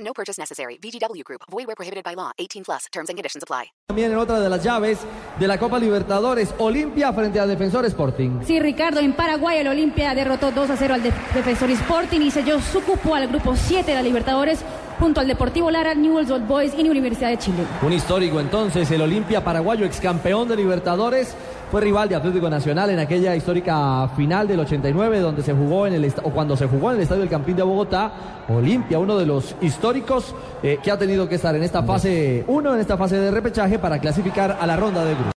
No purchase necessary. VGW Group. Void where prohibited by law. 18 plus. Terms and conditions apply. También en otra de las llaves de la Copa Libertadores, Olimpia frente al Defensor Sporting. Sí, Ricardo, en Paraguay el Olimpia derrotó 2 a 0 al Def- Defensor Sporting y selló su cupo al grupo 7 de la Libertadores junto al Deportivo Lara, Newell's Old Boys y Universidad de Chile. Un histórico entonces, el Olimpia paraguayo, ex campeón de Libertadores, fue rival de Atlético Nacional en aquella histórica final del 89, donde se jugó en el esta- o cuando se jugó en el Estadio del Campín de Bogotá. Olimpia, uno de los históricos eh, que ha tenido que estar en esta fase 1, en esta fase de repechaje para clasificar a la ronda de grupos.